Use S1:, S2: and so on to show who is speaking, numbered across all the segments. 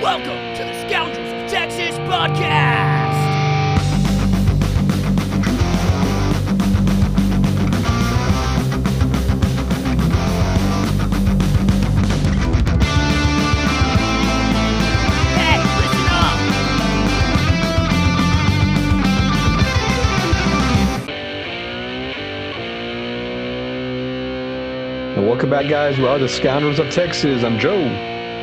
S1: Welcome to the Scoundrels of Texas podcast. Hey, listen up.
S2: And welcome back, guys. We are the Scoundrels of Texas. I'm Joe.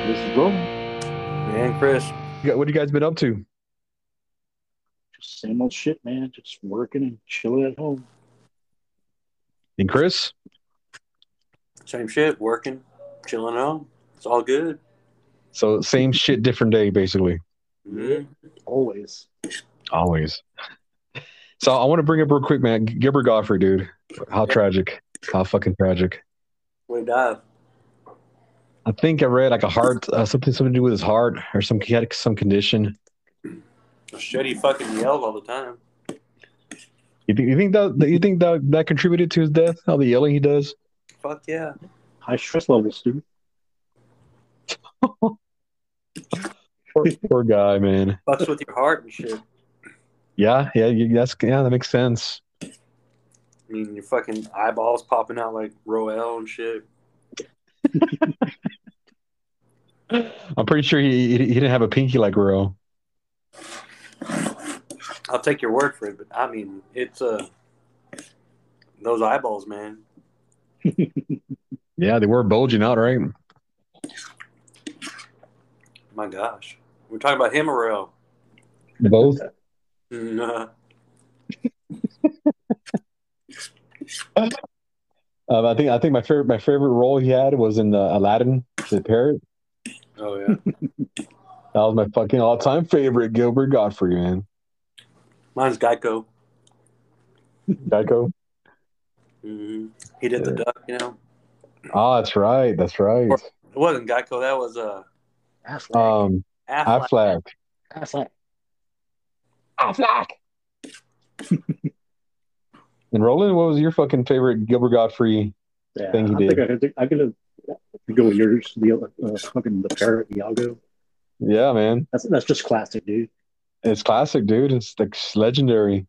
S3: This is Will.
S4: Man, Chris,
S2: You got- What you guys been up to?
S3: Just same old shit, man. Just working and chilling at home.
S2: And Chris,
S4: same shit, working, chilling out. It's all good.
S2: so same shit, different day, basically.
S4: Mhm.
S3: Always.
S2: Always. So I want to bring up real quick, man. Gilbert Godfrey, dude. How tragic. How fucking tragic.
S4: Way to dive.
S2: I think I read like a heart, uh, something something to do with his heart or some he had some condition.
S4: Shit, he fucking yelled all the time.
S2: You think you think that that- you think that that contributed to his death? All the yelling he does.
S4: Fuck yeah.
S3: High stress levels, dude.
S2: Poor, poor guy, man.
S4: Fucks with your heart and shit. I
S2: Yeah, yeah, you, that's yeah, that makes sense.
S4: mean, your fucking eyeballs popping out like Roel and shit.
S2: I'm pretty sure he he, he didn't have a pinky like Ro.
S4: I'll take your word for it, but I mean, it's uh, those eyeballs, man.
S2: Yeah, they were bulging out, right?
S4: My gosh. We're talking about him or Roel?
S2: Both.
S4: Nah.
S2: Um, I think I think my favorite my favorite role he had was in uh, Aladdin, the parrot.
S4: Oh, yeah.
S2: That was my fucking all time favorite. Gilbert Godfrey, man,
S4: Mine's Geico.
S2: Geico.
S4: hmm He did the duck, you know?
S2: Ah, that's right, that's right.
S4: It wasn't Geico. That was uh,
S3: That's like,
S2: Um,
S4: Affleck.
S2: Affleck.
S3: that's like,
S2: Affleck. and Roland, what was your fucking favorite Gilbert Godfrey?
S3: yeah.
S2: Thing he did.
S3: I think I could, I could have, go with yours. The uh, fucking the parrot Iago.
S2: Yeah, man,
S3: That's that's just classic, dude.
S2: it's classic, dude. It's like it's legendary.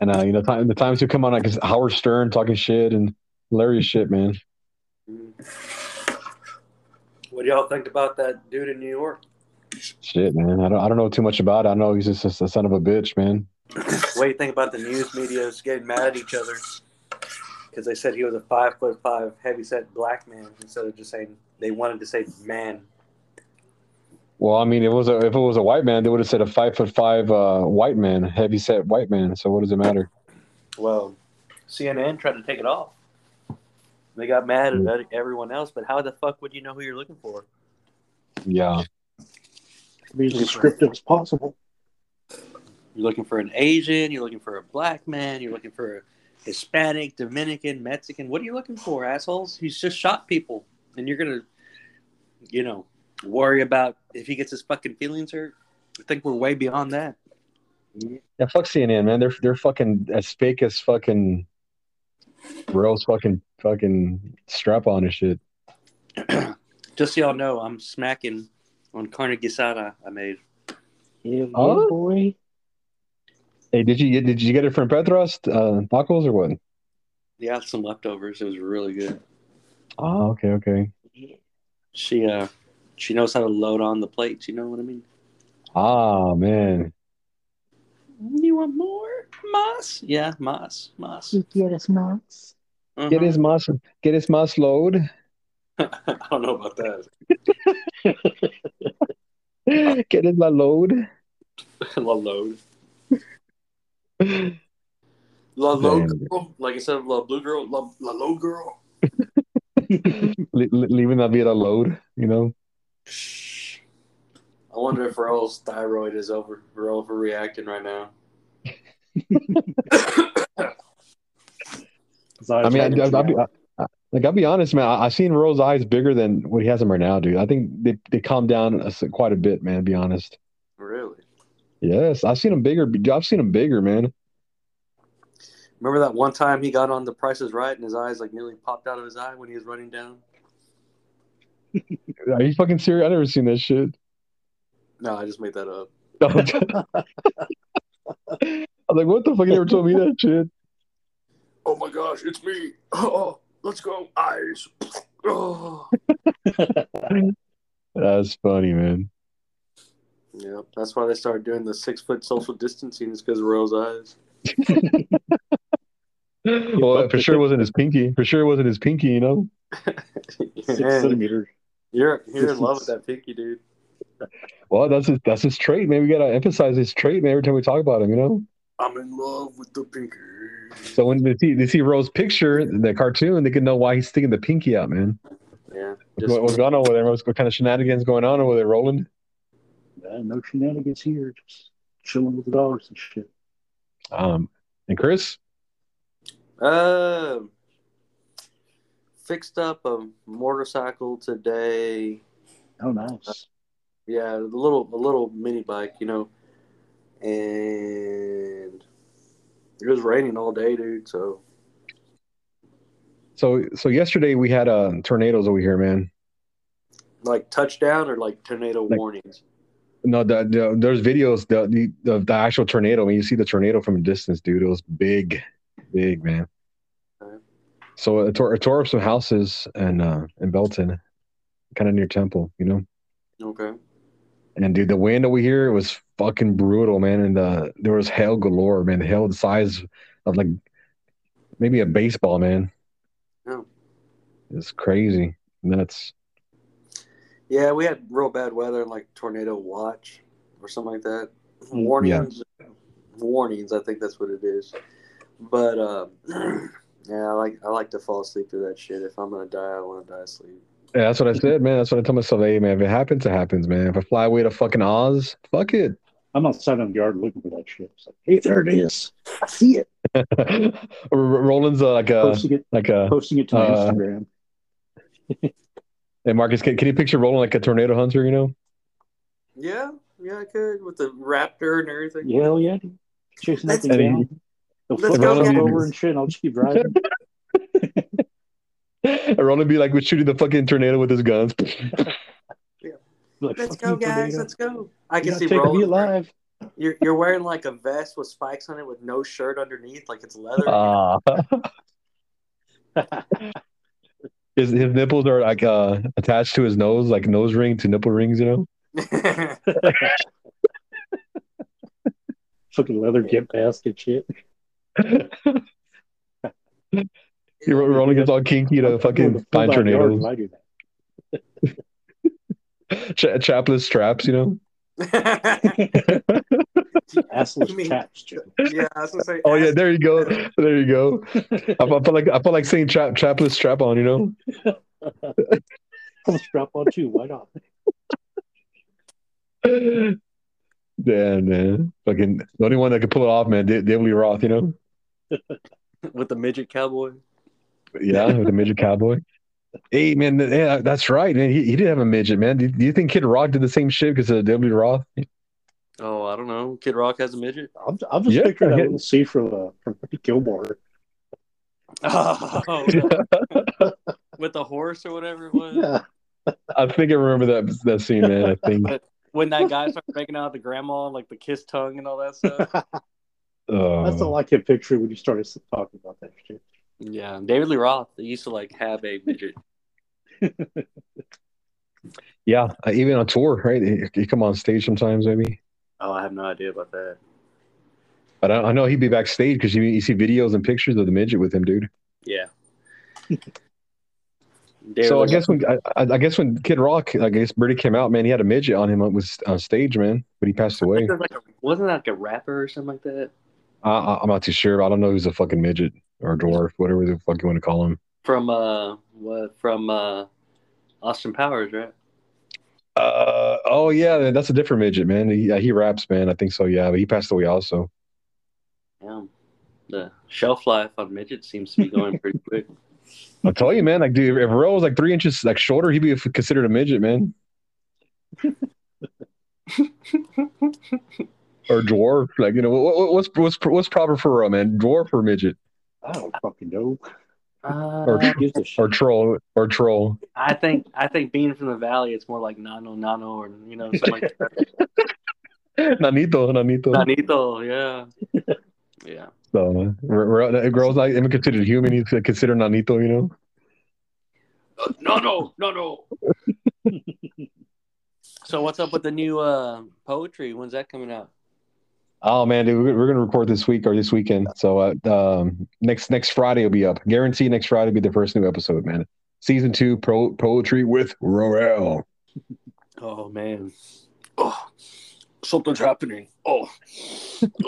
S2: And uh, you know, time, the times who come on like it's Howard Stern talking shit and hilarious shit, man.
S4: What do y'all think about that dude in New York?
S2: Shit, man. I don't I don't know too much about it. I know he's just, a son of a bitch, man.
S4: What do you think about the news media is getting mad at each other because they said he was a five foot five heavyset black man instead of just saying they wanted to say man.
S2: Well, I mean, it was a, if it was a white man, they would have said a five foot five uh, white man, heavy set white man. So what does it matter?
S4: Well, CNN tried to take it off. They got mad at everyone else, but how the fuck would you know who you're looking for?
S2: Yeah,
S3: Be as descriptive as possible.
S4: You're looking for an Asian, you're looking for a black man, you're looking for a Hispanic, Dominican, Mexican. What are you looking for, assholes? He's just shot people. And you're going to, you know, worry about if he gets his fucking feelings hurt. I think we're way beyond that.
S2: yeah. Fuck CNN, man. They're they're fucking as fake as fucking Rose fucking fucking strap on and shit.
S4: Just so y'all know, I'm smacking on carne guisada I made.
S3: Yeah,
S2: Huh?
S3: boy.
S2: Hey, did you get did you get it from Petros uh, tacos or what?
S4: Yeah, some leftovers. It was really good.
S2: Oh, okay, okay.
S4: She uh she knows how to load on the plates, you know what I mean?
S2: Ah, man.
S4: You want more? Mas? Yeah, mas. Mas. Mm-hmm.
S2: Get his mas get his mas load.
S4: Uh-huh. I don't know about that.
S2: Get his la load.
S4: La load. La low
S2: Man.
S4: girl, like instead of la blue girl, la, la low girl.
S2: Le- le- leaving that vida load, you know.
S4: I wonder if Roel's thyroid is over. We're overreacting right now.
S2: I mean, I, I, I'll be, I, I- like I'll be honest, man. I, I've seen Rose's eyes bigger than what he has them right now, dude. I think they they calmed down a s- quite a bit, man. to Be honest.
S4: Really?
S2: Yes, I've seen him bigger. I've seen him bigger, man.
S4: Remember that one time he got on The Price is Right and his eyes like nearly popped out of his eye when he was running down?
S2: Are you fucking serious? I never seen that shit.
S4: No, I just made that up.
S2: I was like, what the fuck? You never told me that shit.
S4: Oh my gosh, it's me. Oh, let's go, eyes. Oh.
S2: That's funny, man.
S4: Yeah, that's why they started doing the six foot social distancing is because of Rose Eyes.
S2: Well, for sure it wasn't his pinky. For sure it wasn't his pinky, you know?
S3: Six
S4: Man,
S3: centimeters.
S4: you're you're in love with that pinky, dude.
S2: Well, that's his, that's his trait, man. We got to emphasize his trait, man, every time we talk about him, you know?
S4: I'm in love with the pinky.
S2: So when they see, they see Rose's picture, the cartoon, they can know why he's sticking the pinky out, man.
S4: yeah,
S2: what, what's
S4: just
S2: going on with it? What's, what kind of shenanigans going on over there, Roland?
S3: Uh, no shenanigans here. Just chilling with the dogs and shit.
S2: Um, and Chris?
S4: uh, fixed up a motorcycle today.
S3: Oh, nice.
S4: Yeah, a little a little mini bike, you know, and it was raining all day, dude. So
S2: So so yesterday we had uh, tornadoes over here, man.
S4: like touchdown or like tornado
S2: Like-
S4: warnings.
S2: No, the, the, there's videos the, the of the actual tornado. When you see the tornado from a distance, dude, it was big, big, man.
S4: Okay.
S2: So it tore, it tore up some houses and uh, in Belton, kind of near Temple, you know.
S4: Okay.
S2: And dude, the wind over here was fucking brutal, man. And uh, there was hail galore, man. Hail the size of like maybe a baseball, man.
S4: Yeah.
S2: It's crazy, nuts.
S4: Yeah, we had real bad weather and like tornado watch or something like that. Warnings, warnings. I think that's what it is. But um, yeah, I like I like to fall asleep to that shit. If I'm gonna die, I want to die asleep.
S2: Yeah, that's what I said, man. That's what I told myself. Hey, man, if it happens, it happens, man. If I fly away to fucking Oz, fuck it.
S3: I'm outside on the yard looking for that shit. It's like, hey, there it is. I see it.
S2: R- Roland's uh, like a
S3: Posting it,
S2: like a.
S3: posting it to my
S2: uh,
S3: Instagram.
S2: Hey, Marcus, can, can you picture Roland like a tornado hunter? You know,
S4: Yeah, yeah, I could with the raptor and everything.
S3: Yeah, hell yeah. dude. Chasing that thing
S2: Let's-
S3: down. The
S4: Let's
S3: flip
S2: go, guys.
S3: over and shit. and I'll just keep driving.
S2: and Roland be like with shooting the fucking tornado with his guns.
S3: Like,
S4: Let's
S3: "Fuck you,
S4: go,
S3: tornado.
S4: guys. Let's go. I
S3: You're
S4: can
S3: not
S4: see
S3: taking me
S4: Roland.
S3: alive.
S4: You're, you're wearing like a vest with spikes on it with no shirt underneath, like it's leather.
S2: Ah, his his nipples are like uh, attached to his nose, like nose ring to nipple rings. You know,
S3: Fucking leather get past and shit.
S2: Ro- Roland gets all kinky to
S3: With
S2: fucking
S3: a
S2: find
S3: full-body yard,
S2: tornadoes,
S3: I do that.
S2: Cha chapless straps. You know.
S4: You
S3: Assless
S4: mean-
S3: chaps, Joe.
S4: yeah, I was gonna say.
S2: Oh yeah, there you go, there you go. I, I felt like I felt like saying trap chapless strap on. You know.
S3: I'll strap on too. Why not?
S2: Damn, man. Fucking the only one that could pull it off, man, D- David Lee Roth, you know?
S4: with the midget cowboy.
S2: Yeah, with the midget cowboy. Hey, man, th- yeah, that's right, man. He, he did have a midget, man. Do, do you think Kid Rock did the same shit because of David Lee Roth?
S4: Oh, I don't know. Kid Rock has a midget.
S3: I'm, I'm just
S2: Yeah,
S3: picturing that
S2: yeah.
S3: little scene from, uh, from Gilmore.
S4: Oh, with the horse or whatever it was.
S3: Yeah.
S2: I think I remember that that scene, man. I think.
S4: When that guy started making out with the grandma, like the kiss tongue and all that stuff.
S2: Uh,
S3: That's all I can picture when you started talking about that shit.
S4: yeah, David Lee Roth. He used to like have a midget.
S2: yeah, uh, even on tour, right? He, he come on stage sometimes, maybe.
S4: Oh, I have no idea about that.
S2: But I, I know he'd be backstage because you, you see videos and pictures of the midget with him, dude.
S4: Yeah. David
S2: so I
S4: Lee-
S2: guess when I, I I guess when Kid Rock, I guess Birdie came out, man, he had a midget on him on, was on stage, man, but he passed
S4: I
S2: away.
S4: think it was like a- wasn't that like a rapper or something like that
S2: I, I, I'm not too sure. I don't know who's a fucking midget or dwarf, whatever the fuck you want to call him.
S4: from uh what from uh Austin Powers, right?
S2: Uh, oh yeah, that's a different midget, man. He, yeah, he raps, man. I think so. Yeah, but he passed away also.
S4: Yeah. The shelf life on midget seems to be going pretty quick.
S2: I tell you, man. Like, dude, if Ro was like three inches like shorter, he'd be f- considered a midget, man, or dwarf. Like, you know, what, what- what's what's what's proper for Ro, man? Dwarf or midget?
S3: I don't fucking know.
S4: Uh,
S2: Or,
S3: Gives a shit.
S2: or troll or troll.
S4: I think I think being from the valley, it's more like nano nano or you know something like that.
S2: Nanito, nanito.
S4: nanito. Yeah, yeah.
S2: So, r- r- a girl's not even considered human. He's considered nanito, you know?
S4: No, no, no, no. so what's up with the new uh, poetry? When's that coming out?
S2: Oh man, dude, we're, we're gonna record this week or this weekend. So uh, um, next next Friday will be up. Guarantee next Friday will be the first new episode, man. Season two pro- poetry with Rorel.
S4: Oh man. Oh, something's happening. Oh,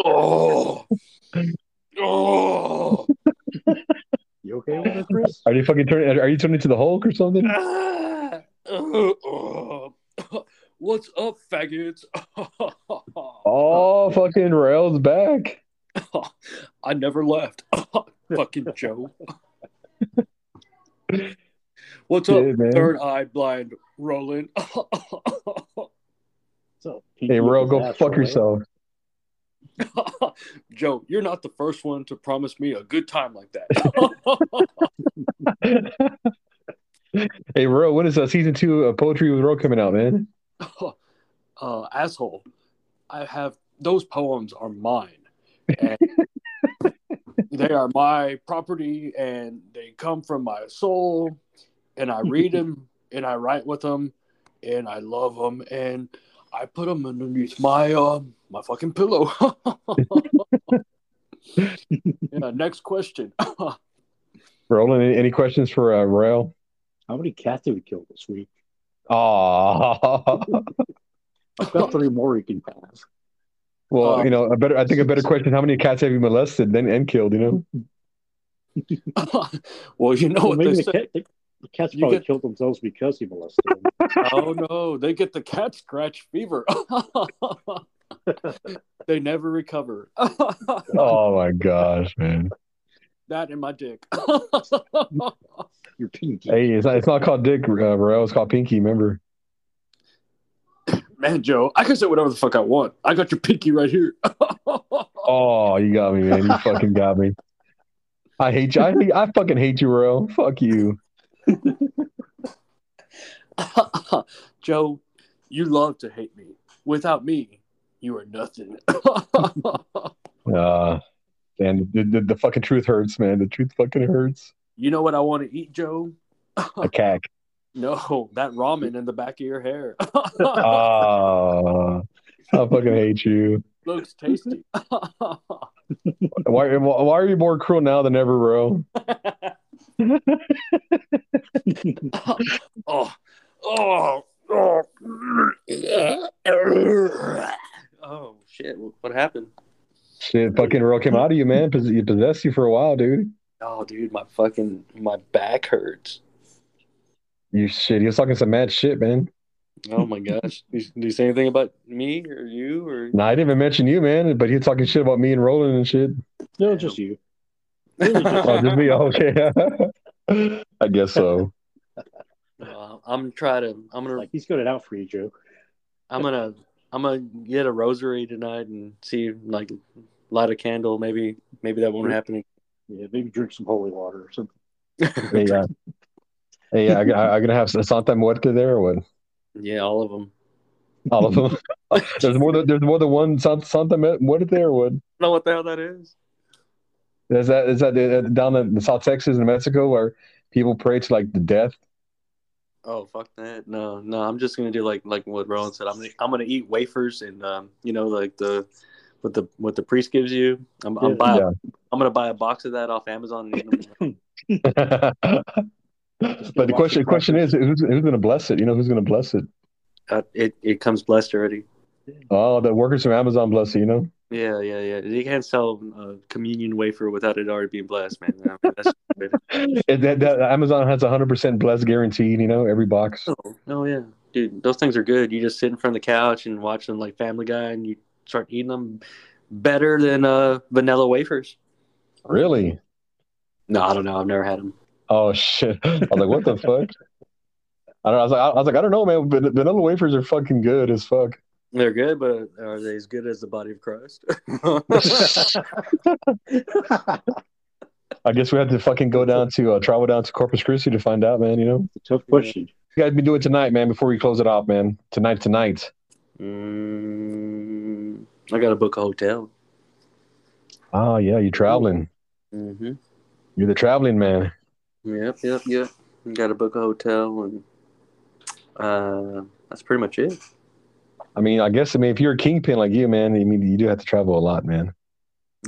S4: oh, oh.
S3: You okay with it, Chris?
S2: Are you fucking turning? Are you turning to the Hulk or something?
S4: Ah. Oh, oh. What's up, faggots?
S2: Oh, fucking Rail's back.
S4: I never left. Fucking Joe. What's up,
S2: Shit, man.
S4: third eye blind Roland?
S3: So,
S2: Hey, Rail, go fuck yourself.
S4: Joe, you're not the first one to promise me a good time like that.
S2: Hey, Rail, when is uh, season two of Poetry with Rail coming out, man?
S4: uh, asshole, I have those poems are mine. And they are my property and they come from my soul. And I read them and I write with them and I love them and I put them underneath my uh, my fucking pillow. yeah, next question.
S2: Roland, any, any questions for uh, Rail?
S3: How many cats did we kill this week?
S2: Oh,
S3: I've got three more we can have.
S2: well,
S4: Uh,
S2: you know, a better. I think a better question: How many cats have you molested then and killed? You know,
S4: well, you know
S3: Well,
S4: what they
S3: maybe the,
S4: say.
S3: cat, the, the cats
S4: You
S3: probably
S4: get-
S3: killed themselves because he molested them.
S4: oh no, they get the cat scratch fever. they never recover.
S2: oh my gosh, man!
S4: that in my dick.
S3: Your pinky.
S2: Hey, it's not, it's not called Dick uh, Rail. It's called Pinky. Remember?
S4: Man, Joe, I can say whatever the fuck I want. I got your pinky right here.
S2: Oh, you got me, man. You fucking got me. I hate you. I, hate, I fucking hate you, Rail. Fuck you.
S4: Joe, you love to hate me. Without me, you are nothing.
S2: Uh, and the, the, the fucking truth hurts, man. The truth fucking hurts.
S4: you know what I want to eat, Joe?
S2: A cack.
S4: No, that ramen in the back of your hair
S2: Ah, I fucking hate you.
S4: looks tasty.
S2: Why, why are you more cruel now than ever, bro?
S4: oh, oh, oh. oh shit! What happened?
S2: Shit, fucking real came out of you, man. Pos- you possessed you for a while, dude.
S4: Oh, dude, my fucking my back hurts.
S2: You shit. He was talking some mad shit, man.
S4: Oh my gosh! Do you, do you say anything about me or you or?
S2: Nah, I didn't even mention you, man. But he was talking shit about me and Roland and shit.
S3: No, just you.
S2: Oh, just me. Okay. I guess so.
S4: Uh, I'm trying to. I'm gonna.
S3: Like he's got it out for you, Joe.
S4: I'm gonna. I'm gonna get a rosary tonight and see like light a candle. Maybe maybe that won't happen.
S3: Yeah, maybe drink some holy water or something.
S2: Hey, uh, hey, I, I, I gonna have Santa Muerte there or what?
S4: Yeah, all of them.
S2: All of them. there's more than there's more than one Santa, Santa Met- what is there? What
S4: Know what the hell that is?
S2: is that? Is that uh, down in South Texas and Mexico where people pray to like the death?
S4: Oh fuck that! No, no, I'm just gonna do like like what Rowan said. I'm gonna, I'm gonna eat wafers and um, you know, like the what the what the priest gives you. I'm
S3: Yeah.
S4: I'm buy
S2: Yeah.
S4: I'm gonna buy a box of that off Amazon. And eat them.
S2: but the question the question is who's who's gonna bless it? You know who's gonna bless it?
S4: uh, it it comes blessed already.
S2: Oh, the workers from Amazon bless it. You know.
S4: Yeah, yeah, yeah. You can't sell a communion wafer without it already being blessed, man. I mean, that's,
S2: It- that, that- Amazon has 100% bless guaranteed, you know, every box.
S4: oh yeah, dude, those things are good. You just sit in front of the couch and watch them like Family Guy, and you start eating them better than uh vanilla wafers.
S2: Really?
S4: No, I don't know. I've never had them.
S2: Oh, shit. I was like, what the fuck? I, don't, I, was like, I, was like, I don't know, man. Van- Vanilla wafers are fucking good as fuck.
S4: They're good, but are they as good as the body of Christ?
S2: I I guess we have to fucking go down to uh, travel down to Corpus Christi to find out, man. You know,
S3: It's a tough question.
S2: you guys be doing tonight, man. Before we close it off, man. Tonight, tonight.
S4: Mm, I got to book a hotel.
S2: Oh yeah, you're traveling.
S4: Mm-hmm.
S2: You're the traveling man.
S4: Yep, yep, yep. Got to book a hotel, and uh, that's pretty much it.
S2: I mean, I guess I mean if you're a kingpin like you, man, I mean you do have to travel a lot, man.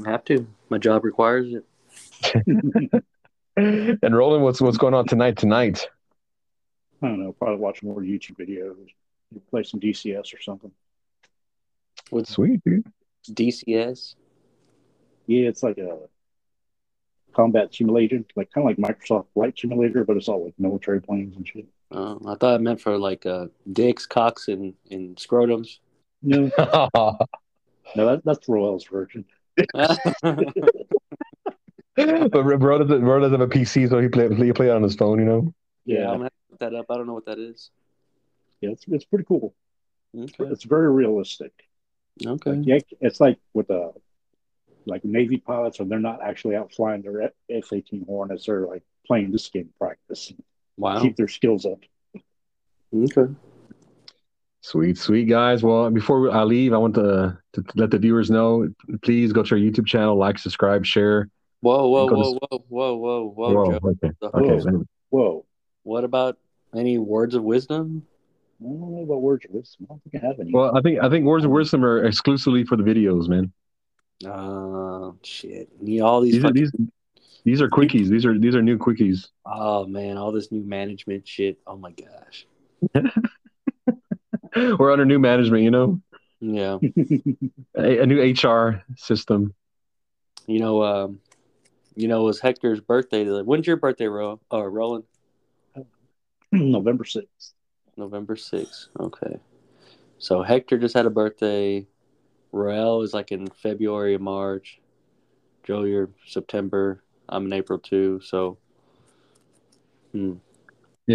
S4: I have to. My job requires it.
S2: And Roland, what's what's going on tonight? Tonight.
S3: I don't know. Probably watch more YouTube videos, play some DCS or something.
S4: What's
S2: Sweet, dude.
S4: DCS?
S3: Yeah, it's like a combat simulator, like kind of like Microsoft Flight Simulator, but it's all like military planes and shit.
S4: Uh, I thought it meant for like uh, dicks, cocks, and, and scrotums.
S3: No,
S2: but
S3: no, that, that's the Royals version.
S2: Bro doesn't, Bro doesn't have a PC, so he play he play it on his phone. You know.
S3: Yeah,
S4: Yeah, I'm gonna have to look that up. I don't know what that is.
S3: yeah, it's it's pretty cool.
S4: Okay.
S3: It's very realistic.
S4: Okay.
S3: Yeah, it's like with uh like Navy pilots, and they're not actually out flying their F eighteen Hornets. They're like playing this game practice,
S4: Wow.
S3: keep their skills up.
S4: Okay.
S2: Sweet, sweet guys. Well, before I leave, I want to, to let the viewers know. Please go to our YouTube channel, like, subscribe, share.
S4: Whoa, whoa,
S2: Go to-
S4: whoa, whoa, whoa, whoa, whoa,
S2: Whoa,
S4: Joe.
S2: okay,
S4: The
S2: okay.
S4: host.
S2: then-
S3: Whoa,
S4: What about any words of wisdom?
S3: I don't know what words are this. I don't think I have any.
S2: Well, I think I think words of wisdom are exclusively for the videos, man.
S4: Oh, shit. Need all these.
S2: These are
S4: fucking-
S2: these these are quickies. These are these are new quickies.
S4: oh, man. All this new management shit. Oh, my gosh.
S2: We're under new management, you know,
S4: Yeah.
S2: a, a new HR system.
S4: You know, um, you know, it was Hector's birthday. today. When's your birthday, Ro? Uh, Roland?
S3: November sixth.
S4: November 6th. Okay. So Hector just had a birthday. Rael is like in February or March. Joe, you're September. I'm in April too. So
S2: Yeah,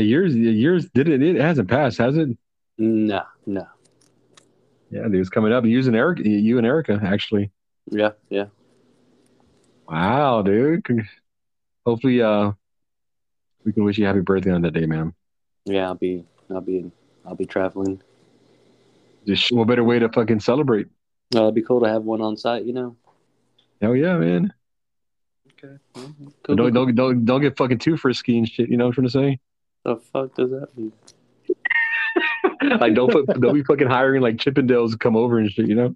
S2: yours yours did it. It hasn't passed, has it?
S4: nah, nah.
S2: Yeah, dude, it's coming up. You and Eric, you and Erica actually.
S4: Yeah, yeah.
S2: Wow, dude. Con- Hopefully, uh, we can wish you happy birthday on that day, man.
S4: Yeah, I'll be I'll be I'll be traveling.
S2: Just what better way to fucking celebrate?
S4: Uh, it'd be cool to have one on site, you know.
S2: Hell yeah, man.
S4: Okay.
S2: Don't
S4: Mm-hmm. Cool, cool, cool.
S2: don't don't don't get fucking too frisky and shit. You know what I'm trying to say?
S4: The fuck does that mean?
S2: Like don't put, don't be fucking hiring like Chippendales to come over and shit. You know?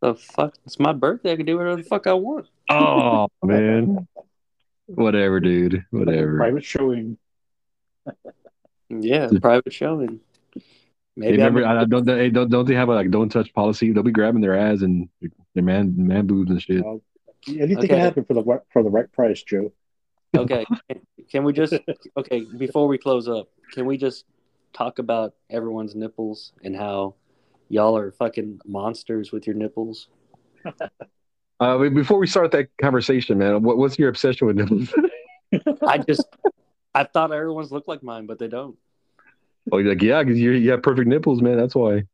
S4: The fuck? It's my birthday. I can do whatever the fuck I want.
S2: Oh man. Whatever, dude. Whatever.
S3: Private showing.
S4: Yeah, private showing.
S2: Hey,
S4: Maybe I'm-
S2: remember, I, I don't, they, don't don't they have a like don't touch policy? They'll be grabbing their ass and their man man boobs and shit.
S3: Uh, anything
S4: Okay.
S3: can happen for the wa- for the right price, Joe.
S4: okay can we just okay before we close up can we just talk about everyone's nipples and how y'all are fucking monsters with your nipples
S2: Uh, but before we start that conversation, man, what, what's your obsession with nipples?
S4: i just i thought everyone's looked like mine but they don't
S2: oh, you're like yeah, because you you have perfect nipples, man. That's why.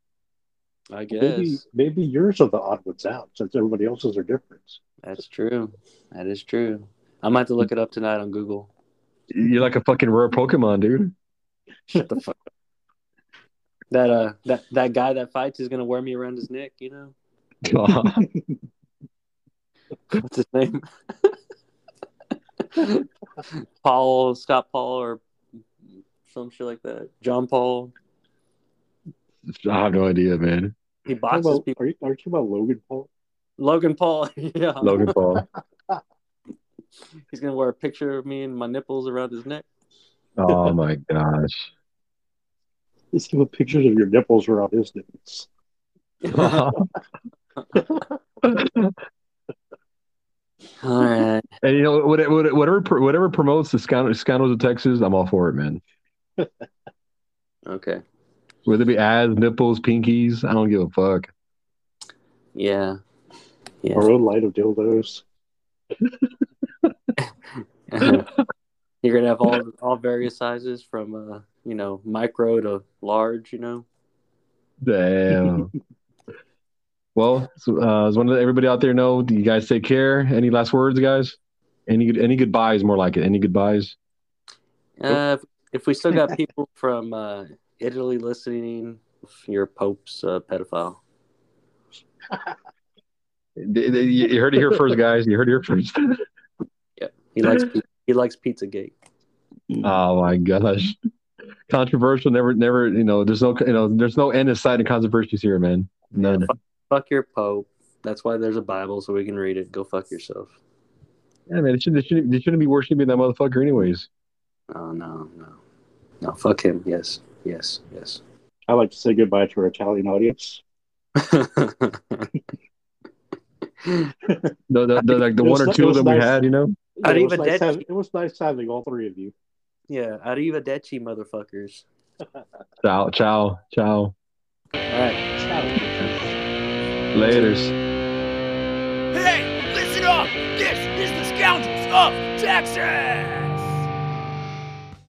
S4: i guess
S3: Maybe maybe yours are the odd ones out since everybody else's are different.
S4: that's true that is true i might have to look it up tonight on google
S2: You're like a fucking rare Pokemon, dude.
S4: shut the fuck up. that uh that that guy that fights is gonna wear me around his neck you know what's his name paul scott paul or some shit like that john paul
S2: I have no idea, man.
S4: He
S3: How
S4: boxes
S3: about-
S4: people.
S3: are you are you talking about Logan Paul?
S4: Logan Paul. yeah.
S2: Logan Paul.
S4: He's gonna wear a picture of me and my nipples around his neck.
S2: Oh my gosh.
S3: Let's give him pictures of your nipples around his nipples.
S4: All right.
S2: and you know what- what- whatever pr- whatever promotes the scoundrels, scoundrels of Texas, I'm all for it, man.
S4: Okay.
S2: Whether it be ass, nipples, pinkies, I don't give a fuck.
S4: Yeah. Yeah.
S3: Our own light of dildos.
S4: You're gonna have all all various sizes from uh you know micro to large. You know.
S2: Damn. well, so, uh, just want to let everybody out there know. Do you guys take care? Any last words, guys? Any good any goodbye is more like it. Any goodbyes?
S4: Uh, if, if we still got people from uh, Italy listening, your Pope's a pedophile.
S2: Th- th- You you heard it here first, guys. You heard it here first.
S4: He likes pi- he likes Pizza Gate.
S2: Oh my gosh. Controversial, never, never, you know, there's no, you know, there's no end in sight of controversies here, man. None.
S4: Fuck your Pope. That's why there's a Bible so we can read it. Go fuck yourself.
S2: Yeah, man, it shouldn't, it shouldn't, they shouldn't be worshiping that motherfucker, anyways.
S4: Oh no, no, no. Fuck him. Yes, yes, yes.
S3: I like to say goodbye to our Italian audience.
S2: The, the, the, like the one or two of them we had, you know.
S4: I'd
S3: it, was
S4: even
S3: nice
S4: dead-
S3: having, it was nice having all three of you.
S4: yeah, arrivederci, motherfuckers.
S2: Ciao, ciao, ciao.
S4: All right.
S2: Later's.
S1: Hey, listen up! This is the Scoundrels of Texas!